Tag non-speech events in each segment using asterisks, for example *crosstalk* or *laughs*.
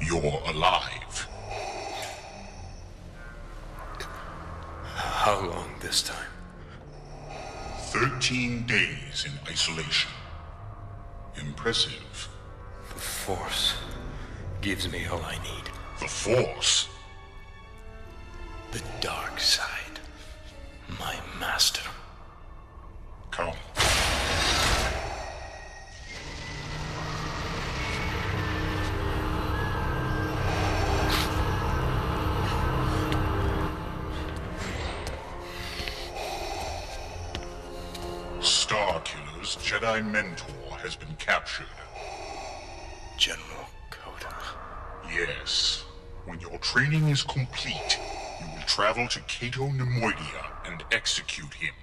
you're alive. How long this time? 13 days in isolation. Impressive. The Force gives me all I need. The Force. The dark side. My master. Come. Star Killer's Jedi mentor has been captured. General Coda. Yes. When your training is complete, you will travel to Cato Nemoidia and execute him.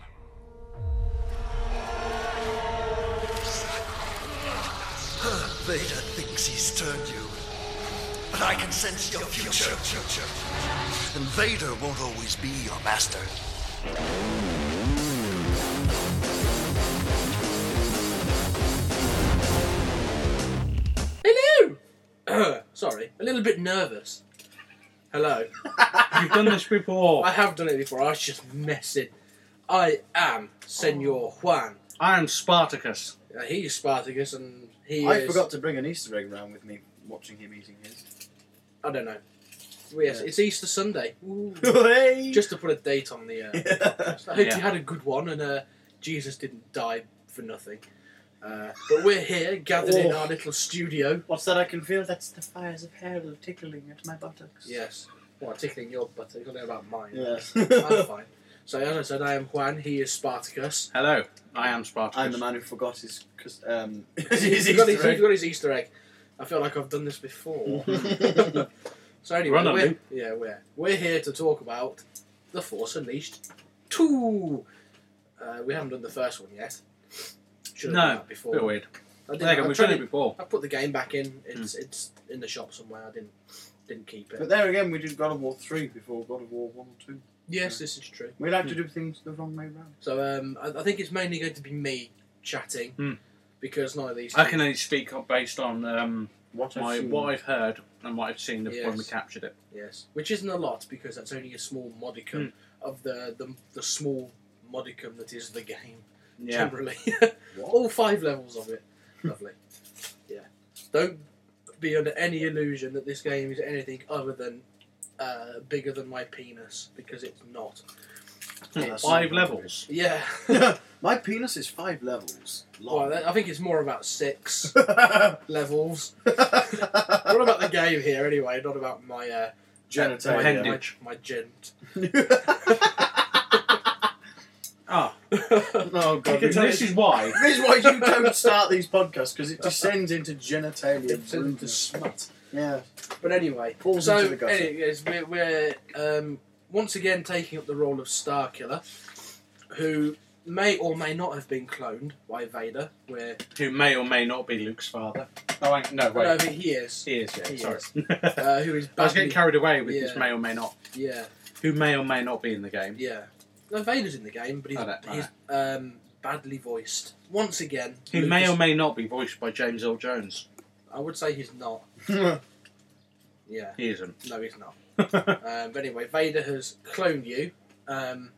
Vader thinks he's turned you. But I can sense your future. And Vader won't always be your master. Hello! *clears throat* Sorry, a little bit nervous. Hello. You've done this before. I have done it before, I was just messing. I am Senor Juan. I am Spartacus. Uh, he is Spartacus and he I is. forgot to bring an Easter egg round with me, watching him eating his. *laughs* I don't know. Yes, Yeah. it's Easter Sunday. Hey! Just to put a date on the. Uh, Yeah. *laughs* I hope Yeah. you had a good one and uh, Jesus didn't die for nothing. Uh, but we're here, gathered in Oh. our little studio. What's that I can feel? That's the fires of hell tickling at my buttocks. Yes. Well, I'm tickling your butt. I don't know about mine. *laughs* Yes. I'm fine. So, as I said, I am Juan. He is Spartacus. Hello, I am Spartacus. I'm the man who forgot his. Cause, um, He's *laughs* his got his, Easter he's got his Easter egg. I feel like I've done this before. egg. *laughs* so anyway, Run on, we're, Luke. yeah, we're we're here to talk about the Force Unleashed two. Uh, we haven't done the first one yet. Should have done No, that a before. bit weird. I didn't. Like, I, we've Hmm. tried done it to- before. I put the game back in. It's it's in the shop somewhere. I didn't didn't keep it. but there again, we did God of War 3 before God of War 1 or 2. yes, this is true. We like to do things the wrong way round. So um, I, I think it's mainly going to be me chatting Hmm. because none of these. I can only speak up based on um, What my I've seen. what I've heard and what I've seen when we Yes. captured it. Yes, which isn't a lot because that's only a small modicum Hmm. of the, the the small modicum that is the game Yeah, generally. *laughs* What? All five levels of it. Lovely. Yeah. Don't be under any illusion that this game is anything other than uh, bigger than my penis because it's *laughs* not. Yeah, five so- levels. Yeah. *laughs* my penis is five levels long. well, I think it's more about six *laughs* *laughs* levels. What What about the game here anyway? Not about my uh, my, *laughs* genitalia? my, Appendage. my gent. *laughs* Ah, oh god, this this is why. This is *laughs* why you don't start these podcasts because it descends into genitalia. It's in the brutus. smut. Yeah, But anyway, falls So, into the gutter. anyways, we're, we're um, once again taking up the role of Star Killer, who may or may not have been cloned by Vader. Where Who may or may not be Luke's father. Oh, I, no, no, I wait. think he is. He is, yeah, He sorry. *laughs* Uh, who is I was getting badly, carried away with this Yeah. may or may not. yeah, Who may or may not be in the game. yeah. No, Vader's in the game, but he's, I don't- I he's um, badly voiced once again. Who may Lucas- or may not be voiced by James Earl Jones. I would say he's not. Yeah, He isn't. *laughs* no, he's not. Um, but anyway, Vader has cloned you um,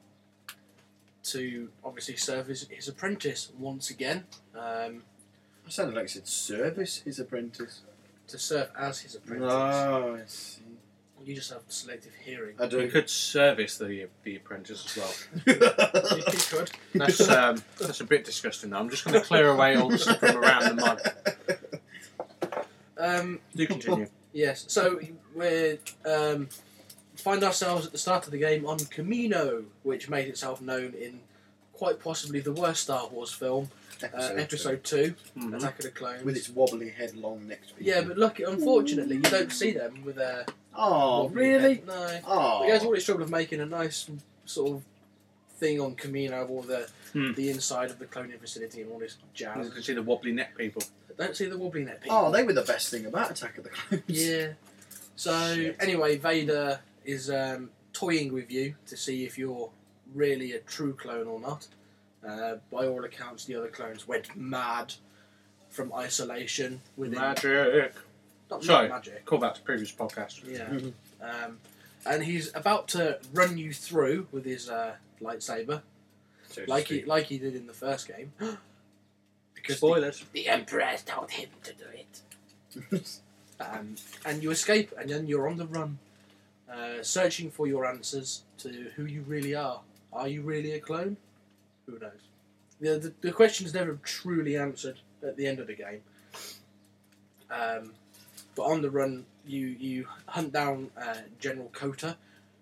to obviously serve as his apprentice once again. Um, I sounded like I said service his apprentice. to serve as his apprentice. No, I see. You just have selective hearing. I He do. *laughs* could service the the apprentice as well. you could. That's um, that's a bit disgusting. Though. I'm just going to clear away all the stuff from around the mug. Uh, Um, Do continue. yes, so we um, find ourselves at the start of the game on Camino, which made itself known in quite possibly the worst Star Wars film, uh, Episode Episode 2, Mhm. Attack of the two. Clones. with its wobbly head, long neck. feet. yeah, but look, unfortunately, you don't see them with their. Oh, wobbly really? head. No. Oh. The guys always struggle with making a nice sort of thing on Camino of all the, Hmm. the inside of the cloning facility and all this jazz. You can see the wobbly neck people. Don't see the wobbly net people. Mm-hmm. Oh, they were the best thing about Attack of the Clones. Yeah. So Shit. anyway, Vader is um, toying with you to see if you're really a true clone or not. Uh, by all accounts, the other clones went mad from isolation within Magic. Not, Sorry, not magic. call back to previous podcast. Yeah. um, and he's about to run you through with his uh, lightsaber, So to like he, speak. like he did in the first game. because the, Spoilers. the Emperor told him to do it. *laughs* um, and you escape, and then you're on the run, uh, searching for your answers to who you really are. Are you really a clone? Who knows? The, the, the question's never truly answered at the end of the game. Um, but on the run, you, you hunt down uh, General Kota,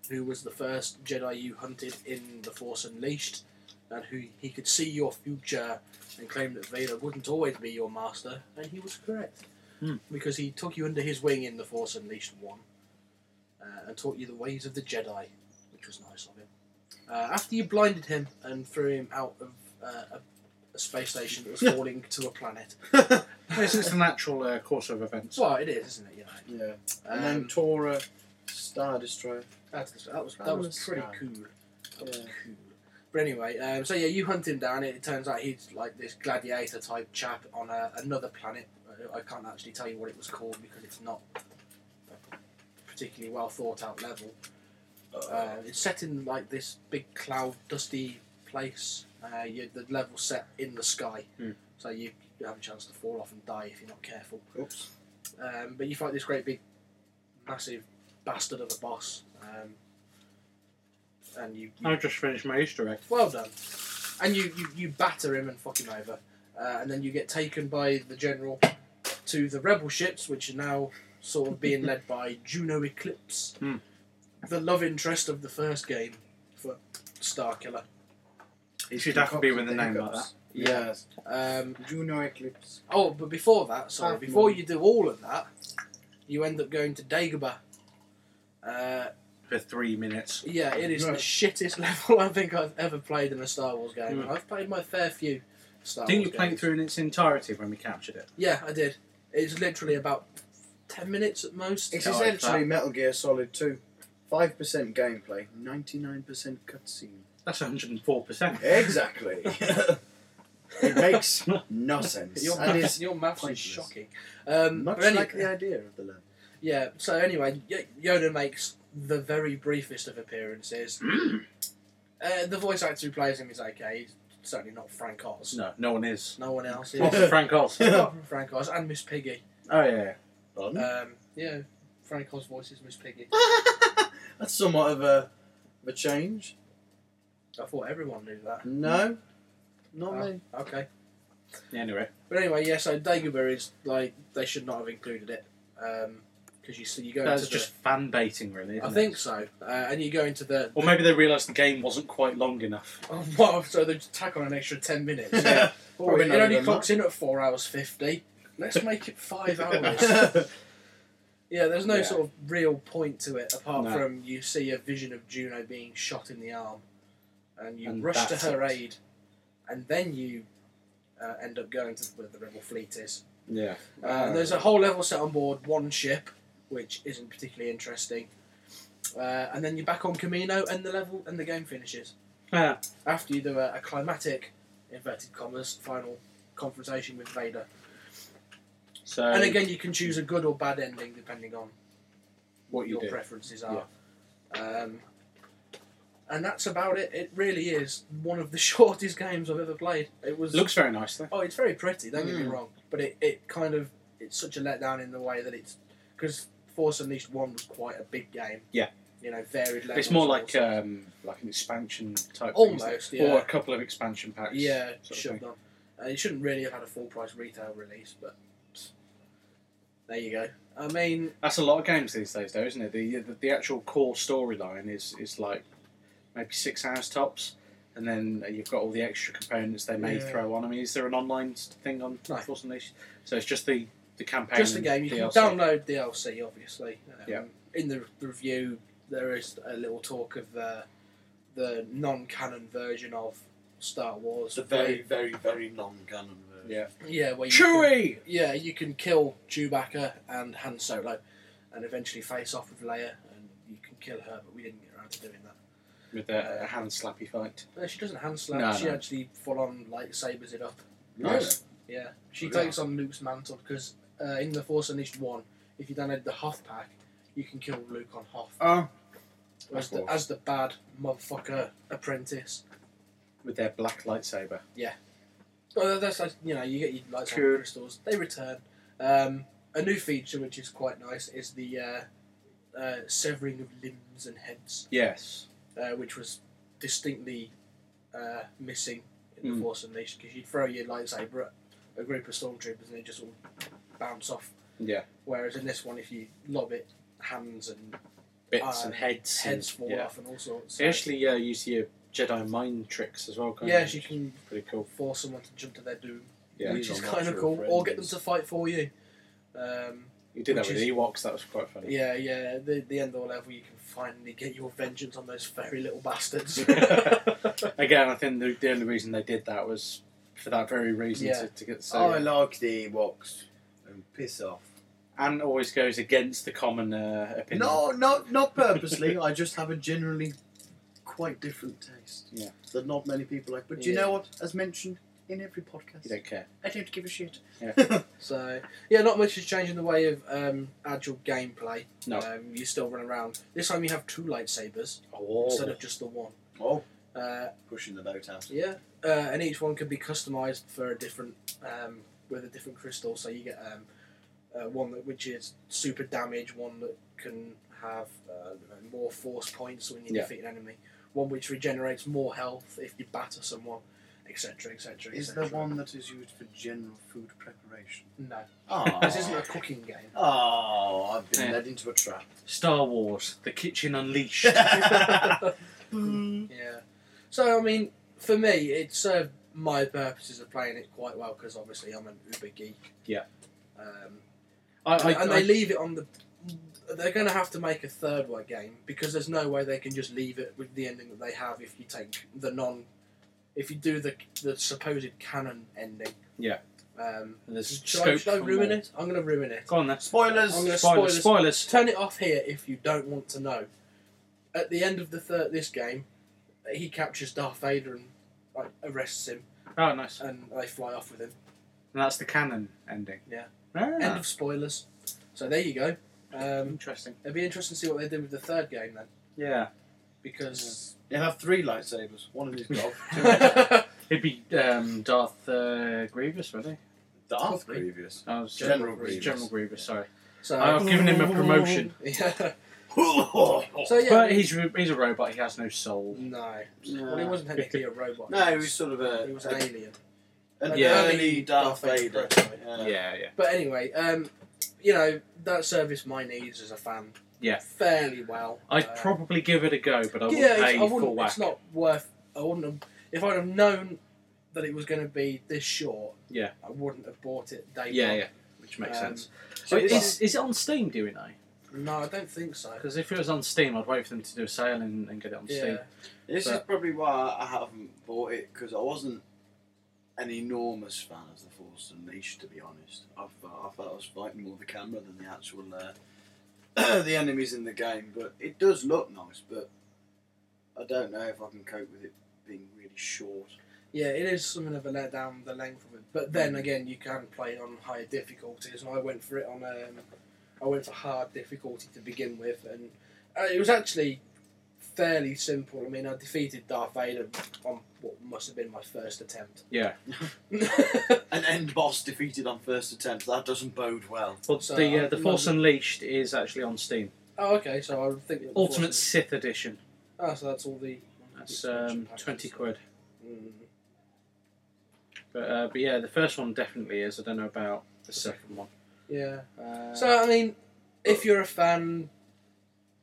who was the first Jedi you hunted in The Force Unleashed, and who he could see your future and claimed that Vader wouldn't always be your master, and he was correct Hmm. because he took you under his wing in the Force Unleashed one, uh, and taught you the ways of the Jedi, which was nice of him. Uh, after you blinded him and threw him out of uh, a, a space station that was falling to a planet, This is the natural uh, course of events. well, it is, isn't it? You know. *laughs* Yeah. Um, And then Tora, Star Destroyer. That's, that was that That was was pretty sad. cool. That was Yeah. cool. But anyway, um, so yeah, you hunt him down. and It turns out he's like this gladiator type chap on a, another planet. Uh, I can't actually tell you what it was called because it's not a particularly well thought out level. Uh, it's set in like this big cloud, dusty place. Uh, you, the level set in the sky, Hmm. so you, you have a chance to fall off and die if you're not careful. Oops. Um, but you fight this great big, massive bastard of a boss, um, and you, you I just finished my Easter egg. well done, and you, you, you batter him and fuck him over, uh, and then you get taken by the general to the rebel ships, which are now sort of being led by Juno Eclipse, Hmm. the love interest of the first game for Starkiller. She'd have to be with a name like that. Yes. Um, Juno Eclipse. oh, but before that, sorry, Half before Moon. you do all of that, you end up going to Dagobah. Uh, For three minutes. Yeah, it is the Right. shittest *laughs* level I think I've ever played in a Star Wars game. Mm. and I've played my fair few Star Didn't Wars you play it games. through in its entirety when we captured it? Yeah, I did. It's literally about ten minutes at most. It's Yeah, like essentially that. Metal Gear Solid 2. 5% gameplay, 99% cutscene. That's 104%. *laughs* Exactly. it makes no sense. your and maths, is your maths is pointless. shocking. Um, much but any- like the idea of the level. yeah. So anyway, y- Yoda makes the very briefest of appearances. Mm. uh, the voice actor who plays him is okay. He's certainly not Frank Oz. No, no one is. No one else is. *laughs* Apart from Frank *laughs* Oz. oh, Apart from Frank Oz and Miss Piggy. yeah, yeah. Uh, Um, yeah, Frank Oz voices Miss Piggy. That's somewhat of a, of a change. I thought everyone knew that. No, not Oh, *laughs* me. okay. yeah. Anyway. But anyway, yeah. So Dagobah is like they should not have included it because you see you go That's into just fan baiting, really. the, Isn't I it? think so, uh, and you go into the Or maybe they realised the game wasn't quite long enough. *laughs* oh, wow, so they just tack on an extra ten minutes. Yeah. Oh, Probably it not only even that. clocks in at four hours fifty. Let's make it *laughs* five *laughs* hours. That's yeah, there's no Yeah. sort of real point to it apart No. from you see a vision of Juno being shot in the arm, and you And rush to that's her it. aid, and then you uh, end up going to where the rebel fleet is. Yeah. Uh, and there's a whole level set on board one ship, which isn't particularly interesting. Uh, and then you're back on Camino, and the level and the game finishes Yeah. after you do a, a climatic, inverted commas, final confrontation with Vader. So, and again, you can choose a good or bad ending depending on what you your do. preferences are. Um, and that's about it. It really is one of the *laughs* shortest games I've ever played. It was Looks Hmm. very nice, though. Oh, it's very pretty. Don't get me Mm. wrong, but it, it kind of it's such a letdown in the way that it's because Force Unleashed one was quite a big game. Yeah. you know, varied levels. It's more and like all sorts. um, like an expansion type thing, almost isn't it? yeah, or a couple of expansion packs. yeah, uh, sort of shoved on. Uh, it shouldn't really have had a full price retail release, but there you go. I mean, That's a lot of games these days, though, isn't it? The the, the actual core storyline is is like maybe six hours tops, and then you've got all the extra components they may Yeah. throw on. I mean, is there an online s- thing on No. Force Unleashed? So it's just the the campaign. just the and game. You DLC. can download DLC, obviously. Um, Yeah. In the the review, there is a little talk of uh, the non-canon version of Star Wars. a very, very, very long gun. and, uh, Yeah. yeah, where you can- Chewy. yeah, you can kill Chewbacca and Han Solo, and eventually face off with Leia, and you can kill her. But we didn't get around to doing that. With a, a hand slappy fight. No, she doesn't hand slap. No, she no. actually full on like sabers it up. Nice. Yeah, she Yeah. takes on Luke's mantle because uh, in the Force Unleashed one, if you download the Hoth pack, you can kill Luke on Hoth Oh, as the, as the bad motherfucker apprentice. with their black lightsaber. Well, that's like, you know you get your lights on Cool. crystals. They return. Um, a new feature which is quite nice is the uh, uh, severing of limbs and heads, Yes. uh, which was distinctly uh, missing in the Mm. Force Unleashed because you'd throw your lightsaber at a group of stormtroopers and they just all bounce off. Yeah. Whereas in this one, if you lob it, hands and Bits Uh, and heads. and- heads fall yeah. off and all sorts. They actually uh, use your Jedi mind tricks as well. Can't yeah, they? you can pretty cool. force someone to jump to their doom, Yeah. which These is are kind of natural cool, or get them friends. to fight for you. Um, You did that which with is- Ewoks. That was quite funny. Yeah, yeah. The the end all level, you can finally get your vengeance on those fairy little bastards. *laughs* *laughs* Again, I think the, the only reason they did that was for that very reason Yeah. Oh, to, to get so I like the Ewoks. And piss off. and always goes against the common uh, opinion. No, not not purposely. I just have a generally quite different taste. Yeah. That not many people like. But do you Yeah. know what? As mentioned in every podcast, you don't care. I don't give a shit. *laughs* so yeah, not much has changed in the way of um, agile gameplay. No. um, you still run around. This time you have two lightsabers Oh, instead of just the one. Oh, Uh, pushing the boat out. yeah, uh, and each one can be customized for a different um, with a different crystal. So you get um, uh, one that which is super damage, one that can have uh, more force points when you Yeah. defeat an enemy, one which regenerates more health if you batter someone, etc., etc. Is there one that is used for general food preparation? No, *laughs* Oh, this isn't a cooking game. Oh, I've been Yeah. led into a trap. Star Wars: The Kitchen *laughs* Unleashed. Yeah. So I mean, for me, it served my purposes of playing it quite well because obviously I'm an uber geek. Yeah. Um, I, I, and I- they leave it on the. They're going to have to make a third one game because there's no way they can just leave it with the ending that they have if you take the non, if you do the the supposed canon ending. Yeah. Um, there's should I, scope should I for ruin more. it? I'm going to ruin it. Go on then. Spoilers. I'm gonna Spoilers. spoil it. Spoilers. Turn it off here if you don't want to know. At the end of the third this game, he captures Darth Vader and like, arrests him, Oh, nice. And and they fly off with him. that's the canon ending. Yeah. Ah, End of spoilers. So there you go. Um, interesting. it'll be interesting to see what they do with the third game then, Yeah. because. *laughs* They have three lightsabers. One *laughs* of these dog. It'd be um, Darth uh, Grievous, would he? Darth Probably. Grievous. Oh, it's General General, Grievous. Grievous. Sorry, so I've *laughs* given him a promotion. yeah. *laughs* no, So yeah, But he's re- he's a robot. He has no soul. no. Well, he wasn't technically a robot. he was sort of a, he was an alien. an Yeah. early Darth Vader. prototype. yeah, yeah. But anyway, um, you know that serviced my needs as a fan. Yeah. Fairly well. I'd Uh, probably give it a go, but I wouldn't yeah, pay it's, I full wouldn't. whack. It's not worth. I wouldn't. Have, if I'd have known that it was going to be this short, Yeah. I wouldn't have bought it day yeah, one. yeah, which makes Um, sense. So Oh, it's- is, is it on Steam? Do we know? No, I don't think so. Because if it was on Steam, I'd wait for them to do a sale and, and get it on Yeah, Steam. This is But- probably why I haven't bought it because I wasn't an enormous fan of the Force Unleashed, to be honest. I, thought- I thought I was fighting more the camera than the actual uh, *clears throat* the enemies in the game. But it does look nice, but I don't know if I can cope with it being really short. yeah, it is something of a letdown the length of it. But then Mm. again, you can play it on higher difficulties, and I went for it on. Um, I went for hard difficulty to begin with, and uh, it was actually fairly simple. I mean, I defeated Darth Vader on what must have been my first attempt. Yeah. An end boss defeated on first attempt. That doesn't bode well. Well, So, the uh, I'd the Force love Unleashed is actually on Steam. Oh, okay. So I would think it was Ultimate Sith Edition. Oh, so that's all the. That's expansion um, packs. twenty quid. Mm. But uh, but yeah, the first one definitely is. I don't know about the second one. Yeah. Uh, So I mean, if you're a fan,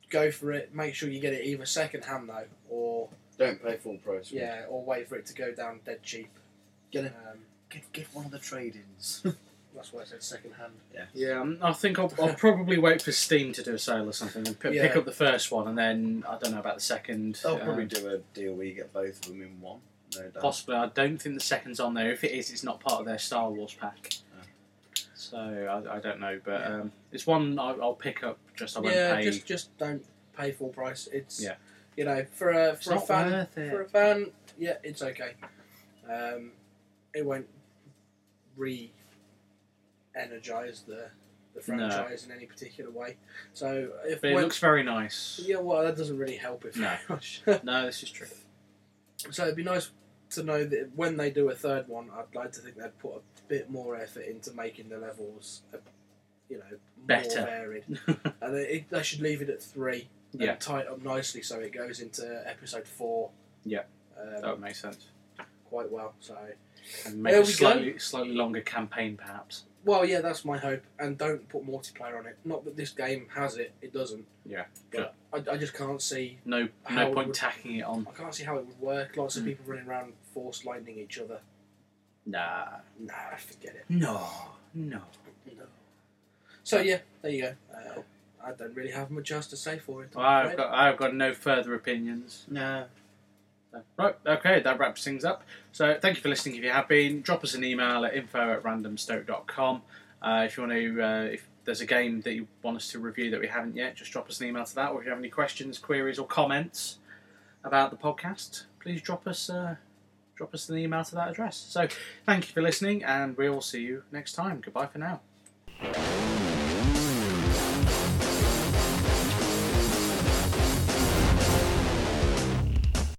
go for it. Make sure you get it either second hand though, or Don't pay full price. yeah, or wait for it to go down dead cheap. Get it. Um, Get, get one of the trade-ins. that's why I said second hand. yeah, um, I think I'll, *laughs* I'll probably wait for Steam to do a sale or something and p- pick Yeah. Oh, up the first one, and then I don't know about the second. They'll probably um, do a deal where you get both of them in one. No doubt. Possibly. I don't think the second's on there. If it is, it's not part of their Star Wars pack. Oh. So I, I don't know, but Yeah. um, it's one I, I'll pick up. Just I won't yeah, pay. just just don't pay full price. It's Yeah. You know, for a it's for a not fan worth for it. a fan, yeah, it's okay. Um, it won't re-energize the the franchise in any particular way. So if But it when- looks very nice. yeah, well, that doesn't really help it very No. much. *laughs* No, this is true. *laughs* so it'd be nice to know that when they do a third one, I'd like to think they'd put a bit more effort into making the levels, uh, you know, more Better. varied. And they, it, they should leave it at three. and Yeah. tie it up nicely so it goes into episode four. Yeah. Oh. that Um, would make sense. quite well. So, And make There a we go. slightly, slightly longer campaign, perhaps. well, yeah, that's my hope. And don't put multiplayer on it. Not that this game has it; it doesn't. Yeah, But I, I just can't see. No, How no would point we- tacking it on. I can't see how it would work. Lots of Mm. people running around force lightning each other. Nah. Nah, forget it. No. No. No. So yeah, there you go. Uh, I don't really have much else to say for it. I'm I've afraid. got, I've got no further opinions. No. Right, okay, that wraps things up. So thank you for listening. If you have been, drop us an email at info at randomstoke.com. Uh, if you want to, uh, if there's a game that you want us to review that we haven't yet, just drop us an email to that. Or if you have any questions, queries, or comments about the podcast, please drop us uh, drop us an email to that address. So thank you for listening, and we will see you next time. Goodbye for now.